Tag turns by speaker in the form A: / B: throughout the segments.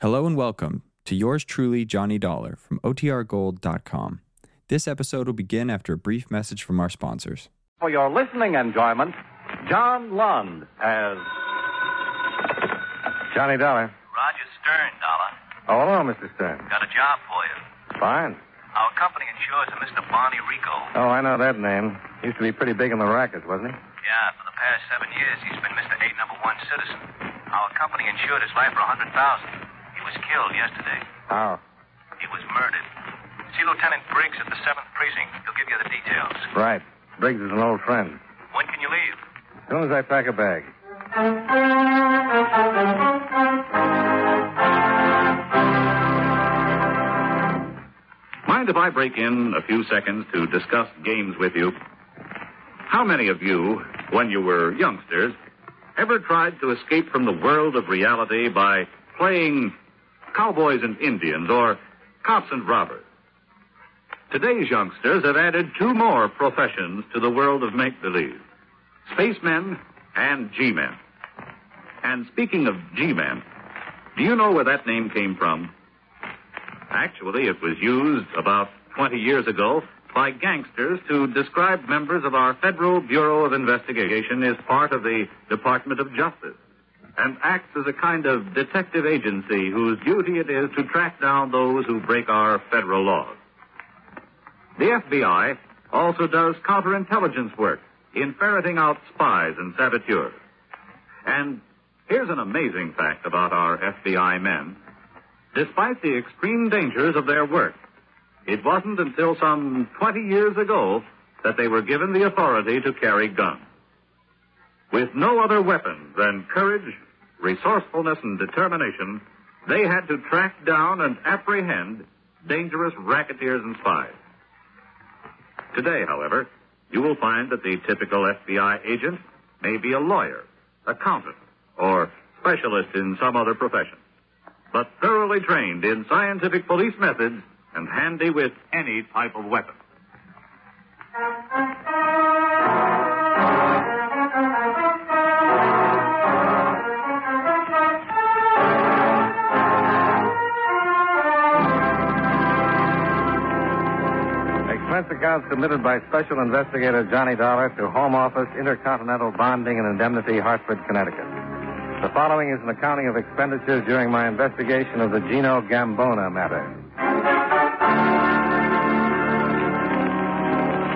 A: Hello and welcome to yours truly, Johnny Dollar from OTRGold.com. This episode will begin after a brief message from our sponsors.
B: For your listening enjoyment, John Lund as Johnny Dollar.
C: Roger Stern, Dollar.
B: Oh, hello, Mr. Stern.
C: Got a job for you.
B: Fine.
C: Our company insures a Mr. Barney Rico.
B: Oh, I know that name. Used to be pretty big in the rackets, wasn't he?
C: Yeah, for the past seven years, he's been Mr. A number one citizen. Our company insured his life for a hundred thousand. He was killed yesterday.
B: How?
C: He was murdered. See Lieutenant Briggs at the seventh precinct. He'll give you the details.
B: Right. Briggs is an old friend.
C: When can you leave?
B: As soon as I pack a bag.
D: Mind if I break in a few seconds to discuss games with you? How many of you, when you were youngsters, ever tried to escape from the world of reality by playing cowboys and Indians or cops and robbers? Today's youngsters have added two more professions to the world of make believe spacemen and G men. And speaking of G men, do you know where that name came from? Actually, it was used about 20 years ago by gangsters to describe members of our Federal Bureau of Investigation as part of the Department of Justice and acts as a kind of detective agency whose duty it is to track down those who break our federal laws. The FBI also does counterintelligence work in ferreting out spies and saboteurs. And here's an amazing fact about our FBI men. Despite the extreme dangers of their work, it wasn't until some 20 years ago that they were given the authority to carry guns. With no other weapons than courage, resourcefulness, and determination, they had to track down and apprehend dangerous racketeers and spies. Today, however, you will find that the typical FBI agent may be a lawyer, accountant, or specialist in some other profession but thoroughly trained in scientific police methods and handy with any type of weapon.
B: Expense account submitted by Special Investigator Johnny Dollar to Home Office Intercontinental Bonding and Indemnity, Hartford, Connecticut. The following is an accounting of expenditures during my investigation of the Gino Gambona matter.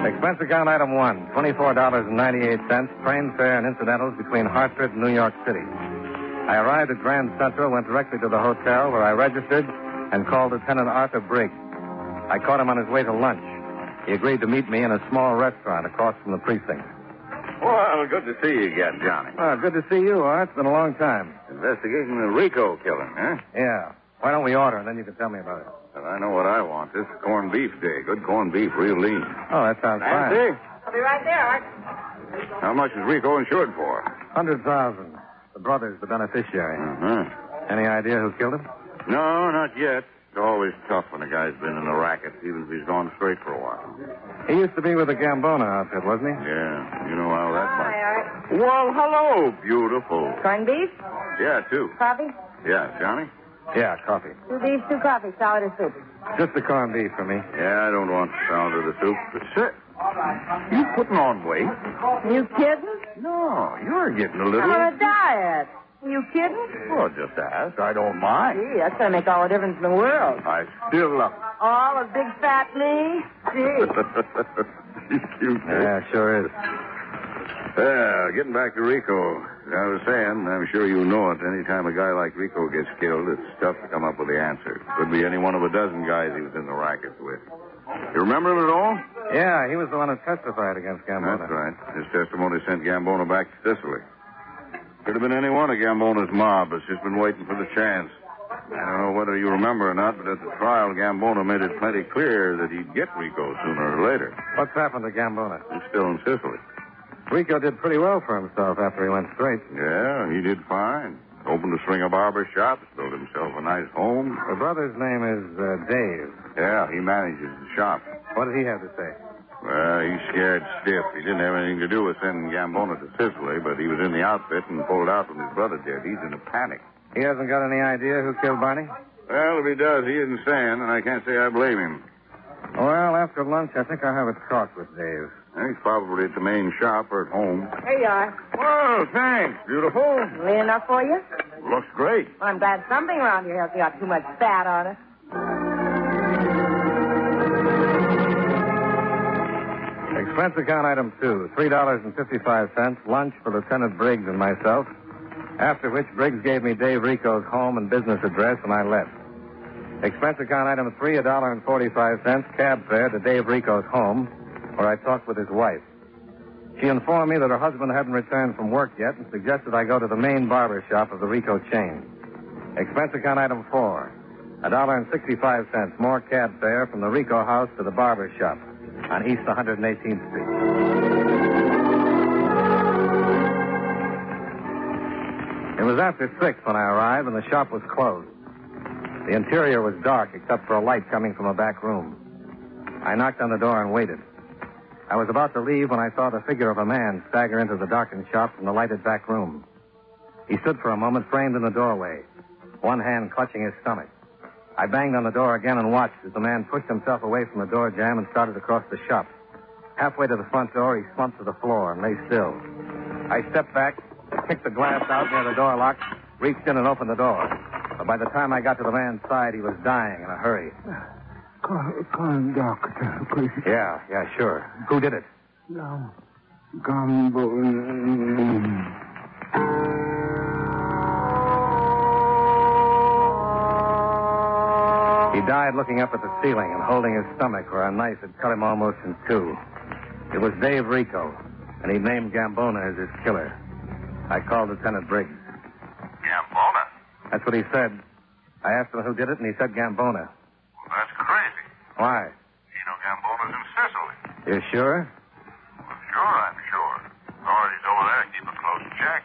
B: Expense account item one, $24.98, train fare and incidentals between Hartford and New York City. I arrived at Grand Central, went directly to the hotel where I registered and called Lieutenant Arthur Briggs. I caught him on his way to lunch. He agreed to meet me in a small restaurant across from the precinct. Uh,
E: Well, good to see you again, Johnny.
B: Well, Ah, good to see you, Art. It's been a long time.
E: Investigating the Rico killing, huh?
B: Yeah. Why don't we order, and then you can tell me about it.
E: Well, I know what I want. This is corned beef day. Good corned beef, real lean.
B: Oh, that sounds fine.
E: Nancy,
F: I'll be right there, Art.
E: how much is Rico insured for?
B: Hundred thousand. The brother's the beneficiary.
E: Uh-huh.
B: Any idea who killed him?
E: No, not yet. It's always tough when a guy's been in the racket, even if he's gone straight for a while.
B: He used to be with the Gambona outfit, wasn't he?
E: Yeah, you know how that
F: Hi,
E: might.
F: Art.
E: Well, hello, beautiful.
F: Corned beef,
E: Yeah, too.
F: coffee,
E: Yeah, Johnny?
B: Yeah, coffee.
F: two beefs, two coffees, salad or soup.
B: Just the corned beef for me.
E: Yeah, I don't want the sound of the soup. But sit. You putting on weight?
F: You kidding?
E: No, you're getting a
F: I'm on
E: little.
F: a diet. You kidding?
E: Well, just ask. I don't mind.
F: Gee, that's gonna make all the difference in the world.
E: I still love
F: All of big fat me. Gee.
E: Cute, eh?
B: Yeah, sure is.
E: Well, getting back to Rico, as I was saying, I'm sure you know it. Any time a guy like Rico gets killed, it's tough to come up with the answer. Could be any one of a dozen guys he was in the rackets with. You remember him at all?
B: Yeah, he was the one who testified against Gambona.
E: That's right. His testimony sent Gambona back to Sicily. Could have been any one of Gambona's mob. It's just been waiting for the chance. I don't know whether you remember or not, but at the trial, Gambona made it plenty clear that he'd get Rico sooner or later.
B: What's happened to Gambona?
E: He's still in Sicily.
B: Rico did pretty well for himself after he went straight.
E: Yeah, he did fine. Opened a string of barber shops, built himself a nice home.
B: The brother's name is uh, Dave.
E: Yeah, he manages the shop.
B: What did he have to say?
E: Well, he's scared stiff. He didn't have anything to do with sending Gambona to Sicily, but he was in the outfit and pulled out when his brother did. He's in a panic.
B: He hasn't got any idea who killed Barney?
E: Well, if he does, he isn't saying, and I can't say I blame him.
B: Well, after lunch, I think I'll have a talk with Dave.
E: I think probably at the main shop or at home.
F: Here you are.
E: Well, thanks. Beautiful.
F: Lean enough for you?
E: Looks great.
F: Well, I'm glad something around here hasn't got too much fat on it.
B: Expense account item two, three dollars and fifty-five cents, lunch for Lieutenant Briggs and myself. After which Briggs gave me Dave Rico's home and business address, and I left. Expense account item three, a dollar and forty-five cents, cab fare to Dave Rico's home, where I talked with his wife. She informed me that her husband hadn't returned from work yet and suggested I go to the main barber shop of the Rico chain. Expense account item four, a dollar and sixty-five cents, more cab fare from the Rico house to the barber shop on East 118th Street. It was after six when I arrived, and the shop was closed. The interior was dark except for a light coming from a back room. I knocked on the door and waited. I was about to leave when I saw the figure of a man stagger into the darkened shop from the lighted back room. He stood for a moment framed in the doorway, one hand clutching his stomach. I banged on the door again and watched as the man pushed himself away from the door jamb and started across the shop. Halfway to the front door, he slumped to the floor and lay still. I stepped back, kicked the glass out near the door lock, reached in and opened the door. But by the time I got to the man's side, he was dying in a hurry.
G: Call, call him doctor, please.
B: Yeah, yeah, sure. Who did it?
G: No. Gumbo.
B: He died looking up at the ceiling and holding his stomach where a knife had cut him almost in two. It was Dave Rico, and he named Gambona as his killer. I called Lieutenant Briggs.
C: Gambona?
B: That's what he said. I asked him who did it, and he said Gambona.
C: Well, that's crazy.
B: Why?
C: Gino Gambona's in Sicily.
B: You sure?
C: Well, sure, I'm sure. Authorities over there keep a close check.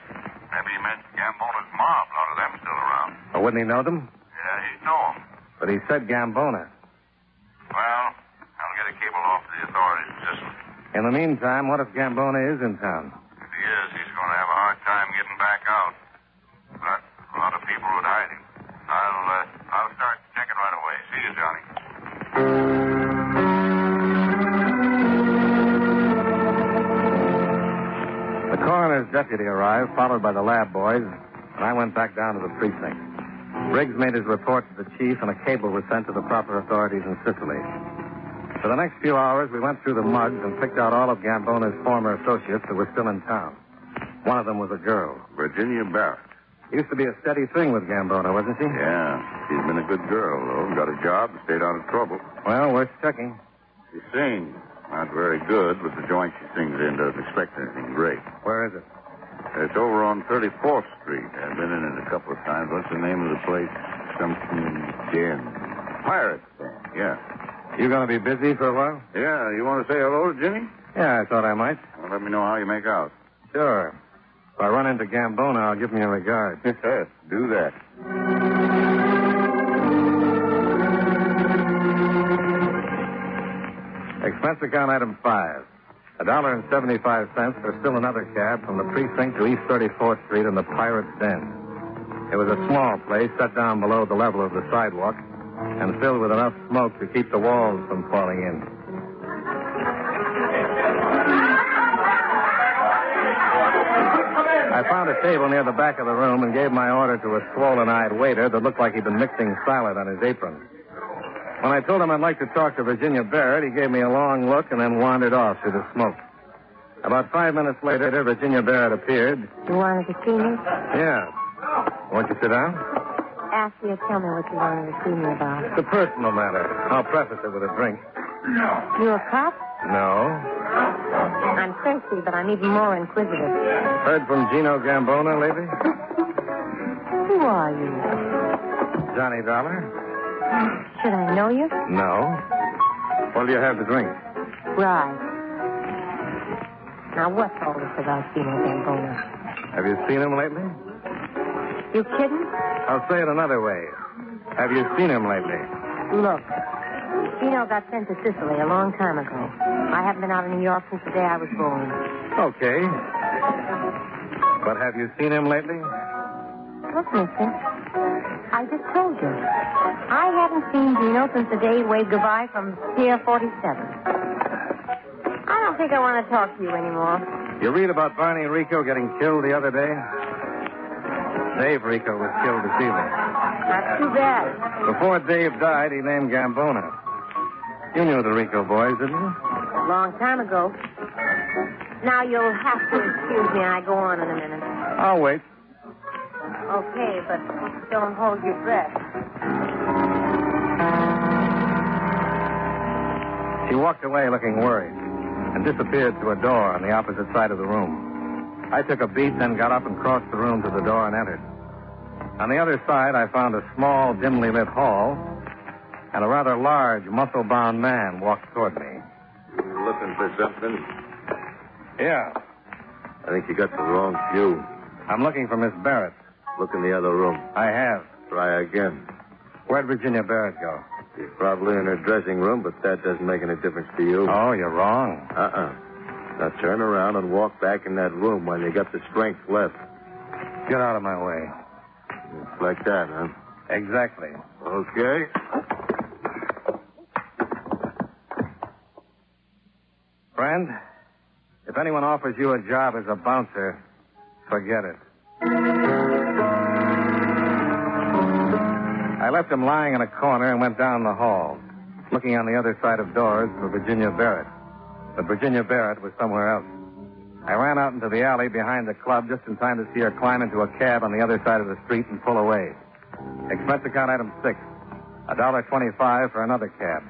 C: Maybe he meant Gambona's mob. A lot of them still around.
B: Or wouldn't he know them?
C: Yeah, he'd know 'em.
B: But he said Gambona.
C: Well, I'll get a cable off to the authorities in Sicily.
B: In the meantime, what if Gambona is in town?
C: If he is, he's going to have a hard time getting back out. But a lot of people would hide him. I'll, uh, I'll start checking right away. See you, Johnny.
B: The coroner's deputy arrived, followed by the lab boys, and I went back down to the precinct. Briggs made his report to the chief, and a cable was sent to the proper authorities in Sicily. For the next few hours, we went through the mugs and picked out all of Gambona's former associates who were still in town. One of them was a girl.
E: Virginia Barrett.
B: Used to be a steady thing with Gambona, wasn't she?
E: Yeah. She's been a good girl, though. Got a job, stayed out of trouble.
B: Well, worth checking.
E: She sings. Not very good, but the joint she sings in doesn't expect anything great.
B: Where is it?
E: It's over on 34th Street. I've been in it a couple of times. What's the name of the place? Something Gin. Pirate Stand. Yeah.
B: You gonna be busy for a while?
E: Yeah, you want to say hello to Jimmy?
B: Yeah, I thought I might.
E: Well, let me know how you make out.
B: Sure. If I run into Gambona, I'll give him your regards.
E: Do that.
B: Expense account item five. A dollar and seventy-five cents for still another cab from the precinct to East 34th Street and the Pirate's Den. It was a small place set down below the level of the sidewalk and filled with enough smoke to keep the walls from falling in. I found a table near the back of the room and gave my order to a swollen-eyed waiter that looked like he'd been mixing salad on his apron. When I told him I'd like to talk to Virginia Barrett, he gave me a long look and then wandered off through the smoke. About five minutes later, Virginia Barrett appeared.
H: You wanted to see me?
B: Yeah. Won't you sit down?
H: Ask you, tell me what you wanted to see me about.
B: It's a personal matter. I'll preface it with a drink.
H: You a cop?
B: No.
H: I'm thirsty, but I'm even more inquisitive.
B: Heard from Gino Gambona lately?
H: Who are you?
B: Johnny Dollar?
H: Should I know you?
B: No. What do you have to drink?
H: Right. Now, what's all this about Gino Gambona?
B: Have you seen him lately?
H: You kidding?
B: I'll say it another way. Have you seen him lately?
H: Look, Gino got sent to Sicily a long time ago. I haven't been out of New York since the day I was born.
B: Okay. But have you seen him lately?
H: Look, mister, I just told you. I haven't seen Gino since the day he waved goodbye from Pier 47. I don't think I want to talk to you anymore.
B: You read about Barney Rico getting killed the other day? Dave Rico was killed this evening.
H: That's too bad.
B: Before Dave died, he named Gambona. You knew the Rico boys, didn't you?
H: A long time ago. Now you'll have to excuse me. I go on in a minute.
B: I'll wait.
H: Okay, but don't hold your breath.
B: She walked away looking worried and disappeared through a door on the opposite side of the room. I took a beat, then got up and crossed the room to the door and entered. On the other side, I found a small, dimly lit hall, and a rather large, muscle bound man walked toward me.
E: You looking for something?
B: Yeah,
E: I think you got the wrong view.
B: I'm looking for Miss Barrett.
E: Look in the other room.
B: I have.
E: Try again.
B: Where'd Virginia Barrett go?
E: She's probably in her dressing room, but that doesn't make any difference to you.
B: Oh, you're wrong.
E: Uh-uh. Now turn around and walk back in that room while you got the strength left.
B: Get out of my way.
E: It's like that, huh?
B: Exactly.
E: Okay.
B: Friend, if anyone offers you a job as a bouncer, forget it. I left him lying in a corner and went down the hall, looking on the other side of doors for Virginia Barrett. But Virginia Barrett was somewhere else. I ran out into the alley behind the club just in time to see her climb into a cab on the other side of the street and pull away. Expense account item six. A dollar twenty-five for another cab.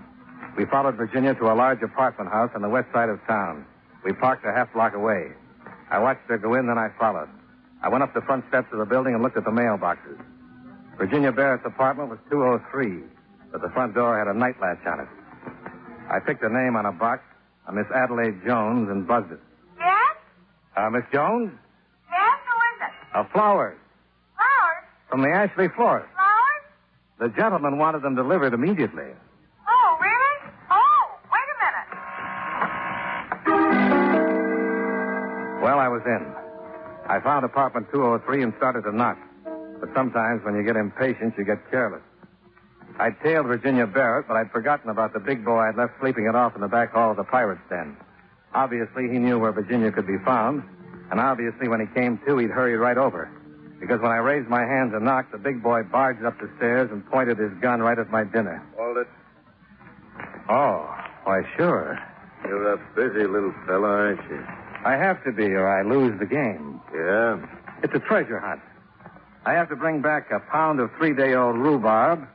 B: We followed Virginia to a large apartment house on the west side of town. We parked a half block away. I watched her go in, then I followed. I went up the front steps of the building and looked at the mailboxes. Virginia Barrett's apartment was 203, but the front door had a night latch on it. I picked a name on a box, a Miss Adelaide Jones, and buzzed it.
I: Yes?
B: Uh, Miss Jones?
I: Yes? Who is it?
B: A flower
I: Flowers?
B: from the Ashley Florist.
I: Flowers?
B: The gentleman wanted them delivered immediately.
I: Oh, really? Oh, wait a minute.
B: Well, I was in. I found apartment 203 and started to knock. But sometimes when you get impatient, you get careless. I tailed Virginia Barrett, but I'd forgotten about the big boy I'd left sleeping it off in the back hall of the pirate's den. Obviously, he knew where Virginia could be found, and obviously when he came to, he'd hurry right over. Because when I raised my hand to knock, the big boy barged up the stairs and pointed his gun right at my dinner.
E: Hold it.
B: Oh, why, sure.
E: You're a busy little fella, aren't you?
B: I have to be, or I lose the game.
E: Yeah.
B: It's a treasure hunt. I have to bring back a pound of three day old rhubarb,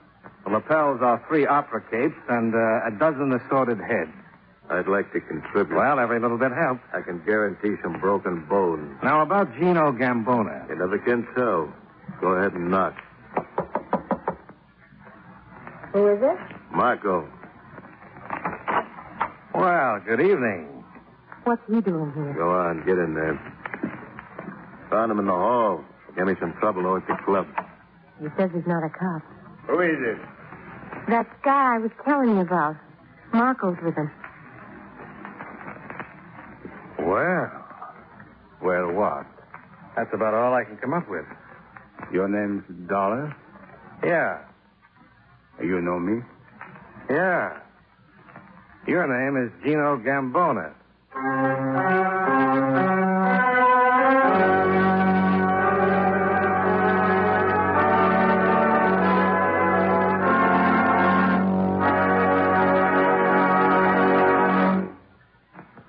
B: the lapels off three opera capes, and uh, a dozen assorted heads.
E: I'd like to contribute.
B: Well, every little bit helps.
E: I can guarantee some broken bones.
B: Now, about Gino Gambona.
E: You never can tell. Go ahead and knock.
H: Who is it?
E: Marco,
B: Well, good evening.
H: What's he doing here?
E: go on, get in there. Found him in the hall. Gave me some trouble over at the club.
H: He says he's not a cop.
E: Who is it?
H: That guy I was telling you about. Marco's with him.
B: Well, well, what? That's about all I can come up with.
G: Your name's Dollar?
B: Yeah,
G: You know me?
B: yeah. Your name is Gino Gambona.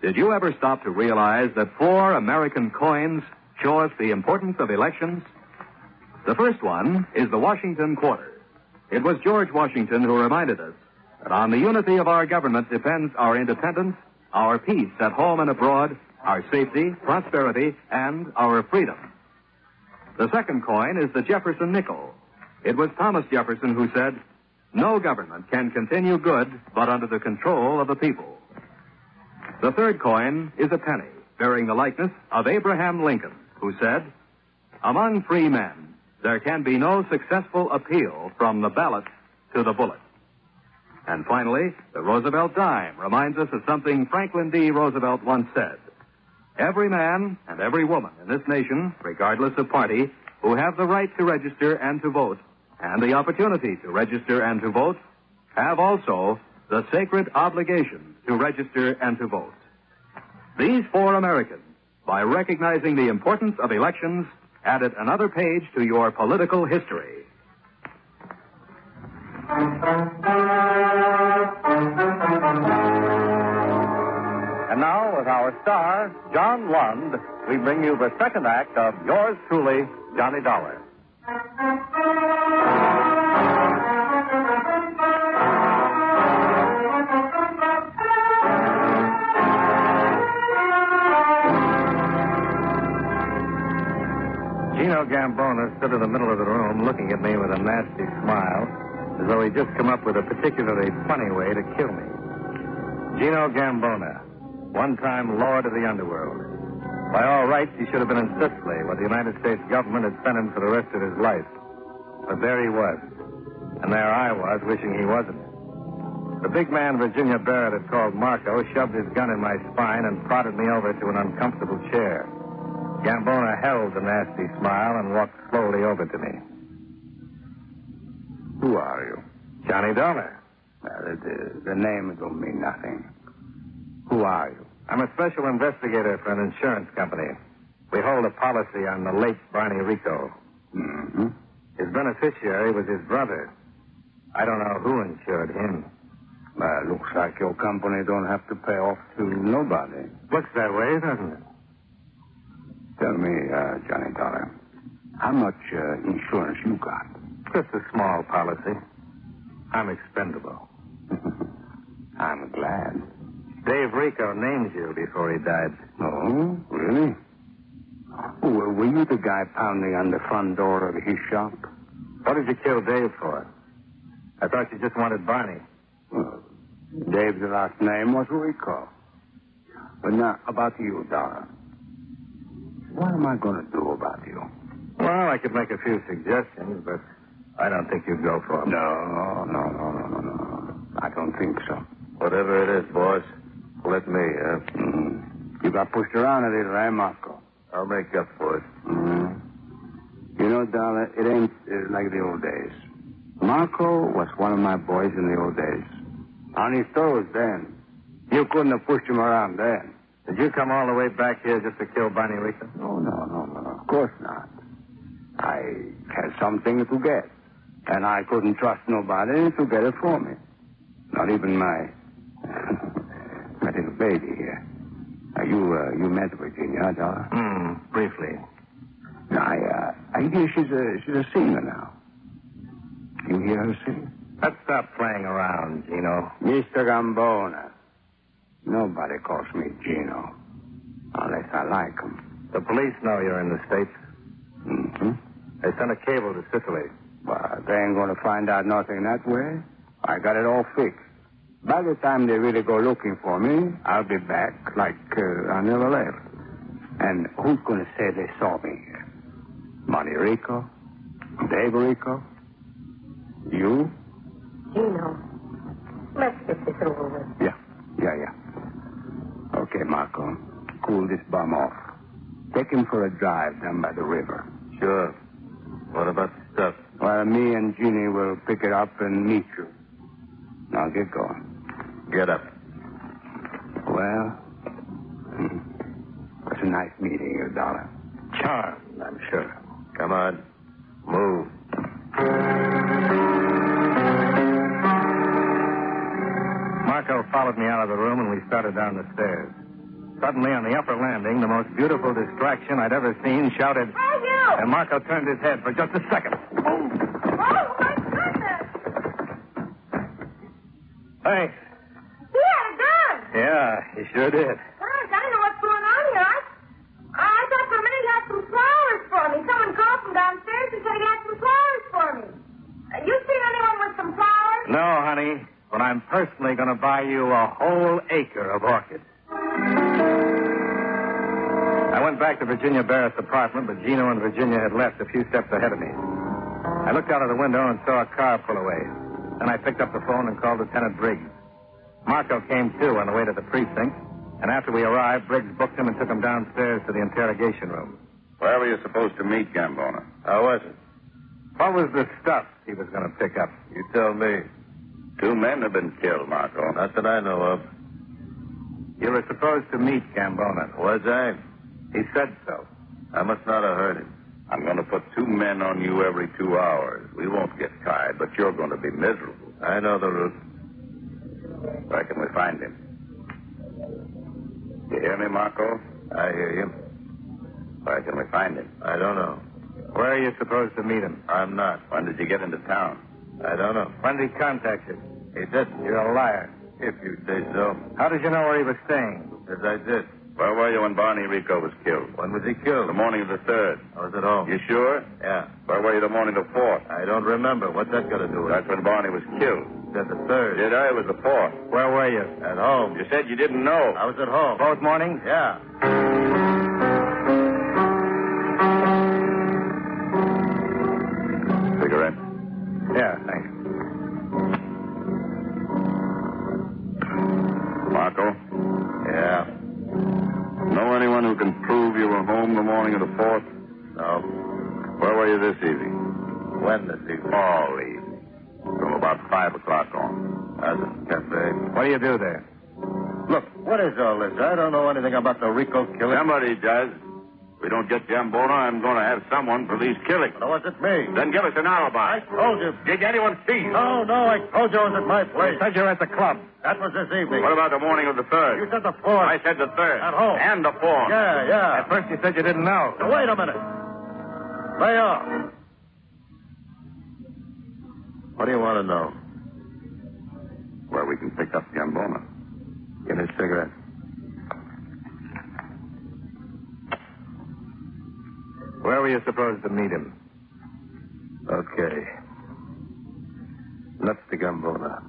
D: Did you ever stop to realize that four American coins show us the importance of elections? The first one is the Washington Quarter. It was George Washington who reminded us that on the unity of our government depends our independence, our peace at home and abroad, our safety, prosperity, and our freedom. The second coin is the Jefferson nickel. It was Thomas Jefferson who said, No government can continue good but under the control of the people. The third coin is a penny bearing the likeness of Abraham Lincoln, who said, Among free men, there can be no successful appeal from the ballot to the bullet. And finally, the Roosevelt dime reminds us of something Franklin D. Roosevelt once said. Every man and every woman in this nation, regardless of party, who have the right to register and to vote, and the opportunity to register and to vote have also the sacred obligation to register and to vote. These four Americans, by recognizing the importance of elections, added another page to your political history.
B: And now, with our star, John Lund, we bring you the second act of yours truly, Johnny Dollar. Gino Gambona stood in the middle of the room looking at me with a nasty smile, as though he'd just come up with a particularly funny way to kill me. Gino Gambona, one time Lord of the Underworld. By all rights, he should have been in Sicily, where the United States government had sent him for the rest of his life. But there he was. And there I was, wishing he wasn't. The big man Virginia Barrett had called Marco, shoved his gun in my spine, and prodded me over to an uncomfortable chair. Gambona held the nasty smile and walked slowly over to me.
G: Who are you?
B: Johnny Dollar.
G: Uh, the, the name don't mean nothing. Who are you?
B: I'm a special investigator for an insurance company. We hold a policy on the late Barney Rico.
G: Mm-hmm.
B: His beneficiary was his brother. I don't know who insured him.
G: Well, looks like your company don't have to pay off to nobody.
B: Looks that way, doesn't it?
G: Tell me, uh, Johnny Dollar, how much uh, insurance you got?
B: Just a small policy. I'm expendable.
G: I'm glad.
B: Dave Rico named you before he died.
G: Oh, really? Well, were you the guy pounding on the front door of his shop?
B: What did you kill Dave for? I thought you just wanted Barney.
G: Well, Dave's last name was Rico. But now, about you, Dora. What am I going to do about you?
B: Well, I could make a few suggestions, but I don't think you'd go for them.
G: No, no, no, no, no, no. I don't think so.
E: Whatever it is, boss, let me, huh?
G: Mm. uh, You got pushed around a little, eh, Marco?
E: I'll make up for it.
G: Mm. You know, Dollar, it ain't uh, like the old days. Marco was one of my boys in the old days. On his toes then. You couldn't have pushed him around then.
B: Did you come all the way back here just to kill Bonnie Rico?
G: Oh, no, no, no, of course not. I had something to get. And I couldn't trust nobody to get it for me. Not even my, my little baby here. Now, you, uh, you met Virginia, Dollar?
B: Hmm, briefly.
G: I, uh, I hear she's a, she's a singer now. You hear her sing?
B: Let's stop playing around, Gino.
G: Mr. Gambona. Nobody calls me Gino. Unless I like 'em.
B: The police know you're in the States.
G: Mm-hmm.
B: They sent a cable to Sicily.
G: Well, they ain't gonna find out nothing that way. I got it all fixed. By the time they really go looking for me, I'll be back like uh, I never left. And who's gonna say they saw me here? Monte Rico? Dave Rico? You?
H: Gino, let's get this over with.
G: Yeah, yeah, yeah. Okay, Marco. Cool this bum off. Take him for a drive down by the river.
E: Sure. What about the stuff?
G: Well, me and Jeannie will pick it up and meet you. Now get going.
E: Get up.
G: Well, hmm. it's a nice meeting you, Dollar.
B: Charmed,
G: I'm sure.
E: Come on. Move.
B: Marco followed me out of the room and we started down the stairs. Suddenly, on the upper landing, the most beautiful distraction I'd ever seen shouted,
I: Hey, you!
B: and Marco turned his head for just a second.
I: Oh, my goodness!
B: Thanks.
I: He had a gun!
B: Yeah, he sure did.
I: Gosh, I don't know what's going on here. I, I, I thought for a minute he had some flowers for me. Someone called from downstairs and said he had some flowers for me. Uh, you seen anyone with some flowers?
B: No, honey, but I'm personally going to buy you a whole acre of orchids. I went back to Virginia Barrett's apartment, but Gino and Virginia had left a few steps ahead of me. I looked out of the window and saw a car pull away. Then I picked up the phone and called Lieutenant Briggs. Marco came too on the way to the precinct, and after we arrived, Briggs booked him and took him downstairs to the interrogation room.
E: Where were you supposed to meet Gambona?
B: I wasn't. What was the stuff he was going to pick up?
E: You tell me. Two men have been killed, Marco.
B: Not that I know of. You were supposed to meet Gambona.
E: Was I?
B: He said so.
E: I must not have heard him. I'm going to put two men on you every two hours. We won't get tired, but you're going to be miserable.
B: I know the route.
E: Where can we find him? You hear me, Marco?
B: I hear you.
E: Where can we find him?
B: I don't know. Where are you supposed to meet him?
E: I'm not. When did you get into town?
B: I don't know. When did he contact you?
E: He didn't.
B: You're a liar.
E: If you say so.
B: How did you know where he was staying?
E: As I did. Where were you when Barney Rico was killed?
B: When was he killed?
E: The morning of the third.
B: I was at home.
E: You sure?
B: Yeah.
E: Where were you the morning of the fourth?
B: I don't remember. What's that got to do with
E: That's
B: it?
E: when Barney was killed.
B: That's the third.
E: Did I? It was the fourth.
B: Where were you? At home.
E: You said you didn't know.
B: I was at home.
E: Oh. Both mornings?
B: Yeah.
E: Cigarette.
B: Yeah, thanks.
E: Marco,
B: Yeah.
E: know anyone who can prove you were home the morning of the fourth?
B: No.
E: Where were you this evening?
B: When this evening?
E: All evening. From about five o'clock on.
B: I was at the cafe.
G: What do you do there?
B: Look, what is all this? I don't know anything about the Rico killing.
E: Somebody does. If we don't get Gambona, I'm going to have someone police killing.
B: Now, what's Oh, it mean?
E: Then give us an alibi.
B: I told you.
E: Did anyone see you?
B: No, no, I told you I was at my
G: I
B: place.
G: said you're at the club.
B: That was this evening.
E: What about the morning of the third?
B: You said the fourth.
E: I said the third.
B: At home.
E: And the fourth.
B: Yeah, yeah.
E: At first you said you didn't know.
B: Now, wait a minute. Lay off. What do you want to know?
E: Where we can pick up Gambona.
B: Give me a cigarette. Where were you supposed to meet him? Okay. Nuts to Gambona.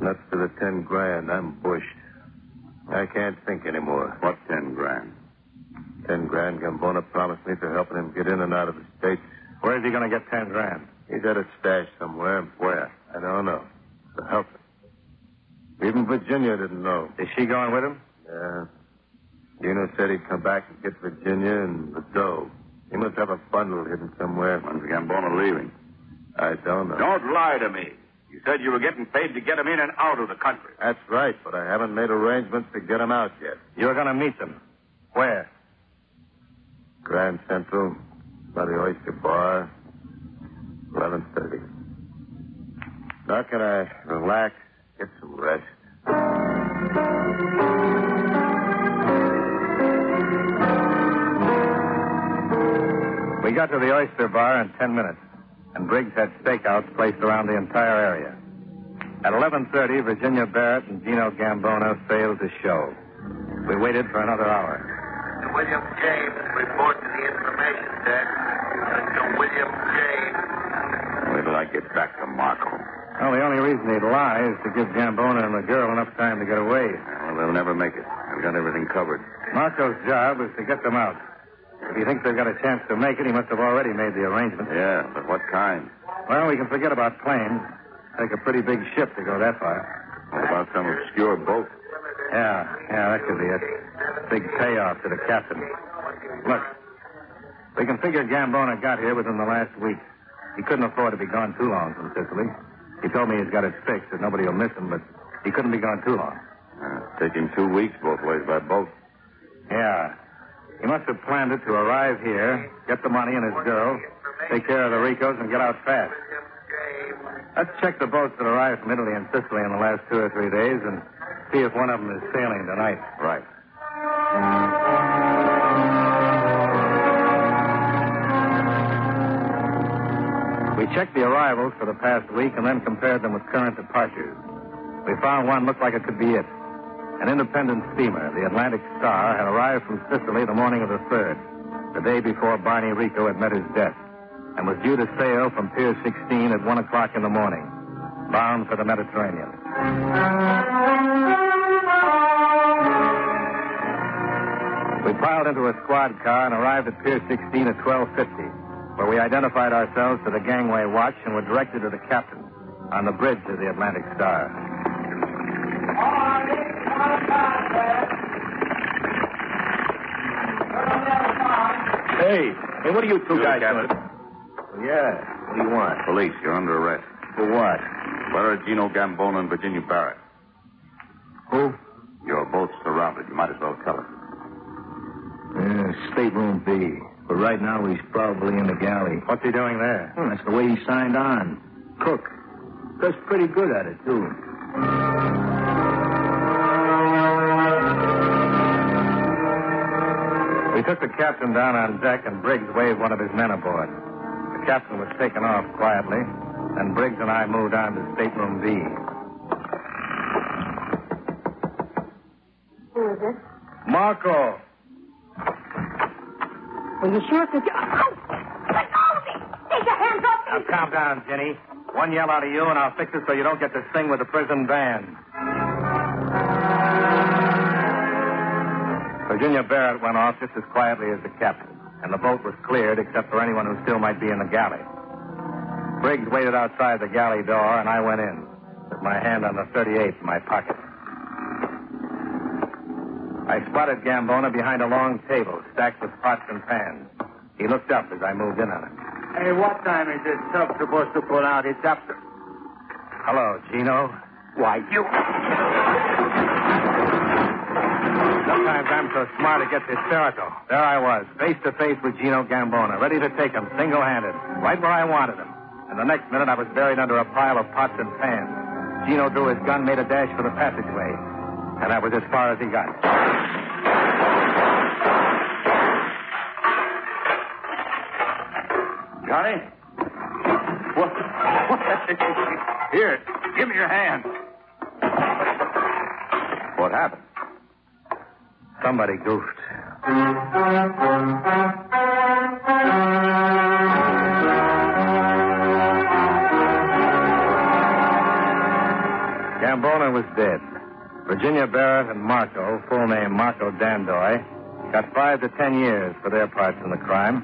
B: Nuts to the ten grand. I'm bushed. I can't think anymore.
E: What ten grand?
B: Ten grand Gambona promised me for helping him get in and out of the States. Where is he going to get ten grand? He's at a stash somewhere. Where? I don't know. So help him. Even Virginia didn't know.
G: Is she going with him?
B: Yeah. Dino said he'd come back and get Virginia and the dough. He must have a bundle hidden somewhere.
E: When's Gambona leaving?
B: I don't know.
E: Don't lie to me. You said you were getting paid to get him in and out of the country.
B: That's right, but I haven't made arrangements to get him out yet.
G: You're going to meet them. Where?
B: Grand Central, by the Oyster Bar, 11.30. Now can I relax, get some rest?
G: We got to the Oyster Bar in ten minutes, and Briggs had stakeouts placed around the entire area. At 11.30, Virginia Barrett and Dino Gambona failed to show. We waited for another hour.
J: William James report to the information desk. Mr. William James.
E: Wait till I get back to Marco.
G: Well, the only reason he'd lie is to give Gambona and the girl enough time to get away.
E: Well, they'll never make it. I've got everything covered.
G: Marco's job is to get them out. If he thinks they've got a chance to make it, he must have already made the arrangements.
E: Yeah, but what kind?
G: Well, we can forget about planes. Take a pretty big ship to go that far.
E: What about some obscure boat?
G: Yeah, yeah, that could be it. Big payoff to the captain. Look, we can figure Gambona got here within the last week. He couldn't afford to be gone too long from Sicily. He told me he's got it fixed that nobody will miss him, but he couldn't be gone too long.
E: Uh, take him two weeks both ways by boat.
G: Yeah. He must have planned it to arrive here, get the money and his girl, take care of the Ricos, and get out fast. Let's check the boats that arrived from Italy and Sicily in the last two or three days and see if one of them is sailing tonight.
E: Right.
G: We checked the arrivals for the past week and then compared them with current departures. We found one looked like it could be it. An independent steamer, the Atlantic Star, had arrived from Sicily the morning of the 3rd, the day before Barney Rico had met his death, and was due to sail from Pier 16 at 1 o'clock in the morning, bound for the Mediterranean. We piled into a squad car and arrived at Pier 16 at 1250, where we identified ourselves to the gangway watch and were directed to the captain on the bridge of the Atlantic Star. Hey, hey, what are you two doing?
E: Captain.
J: Yeah. What do you want?
E: Police, you're under arrest.
J: For what?
E: Murder Gino Gambone and Virginia Barrett.
J: Who?
E: You're both surrounded. You might as well tell us.
J: Uh, stateroom B. But right now he's probably in the galley.
B: What's he doing there?
J: Hmm, that's the way he signed on. Cook. Does pretty good at it, too.
B: We took the captain down on deck, and Briggs waved one of his men aboard. The captain was taken off quietly, and Briggs and I moved on to stateroom B.
H: Who is it?
B: Marco!
H: Well, you sure could. Ow!
I: Let go of me! Take your hands off me!
B: Now, calm down, Jenny. One yell out of you, and I'll fix it so you don't get this thing with the prison band. Virginia Barrett went off just as quietly as the captain, and the boat was cleared except for anyone who still might be in the galley. Briggs waited outside the galley door, and I went in, with my hand on the 38 in my pocket. I spotted Gambona behind a long table stacked with pots and pans. He looked up as I moved in on him.
K: Hey, what time is this tub supposed to pull out? It's after.
B: Hello, Gino.
K: Why, you.
B: Sometimes I'm so smart it gets hysterical. There I was, face to face with Gino Gambona, ready to take him single handed, right where I wanted him. And the next minute I was buried under a pile of pots and pans. Gino drew his gun, made a dash for the passageway, and that was as far as he got.
K: Johnny? What? Here, give me your hand.
E: What happened?
B: Somebody goofed. Gambona was dead. Virginia Barrett and Marco, full name Marco Dandoy, got five to ten years for their parts in the crime.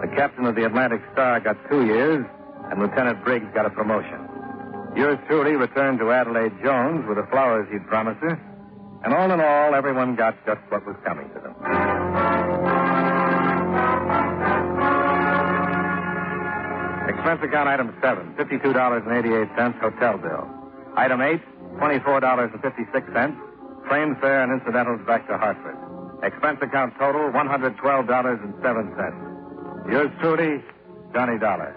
B: The captain of the Atlantic Star got two years, and Lieutenant Briggs got a promotion. Yours truly returned to Adelaide Jones with the flowers he'd promised her, and all in all, everyone got just what was coming to them. Expense account item 7, $52.88 hotel bill. Item 8, $24.56, train fare and incidentals back to Hartford. Expense account total, $112.07. Yours truly, Johnny Dollar.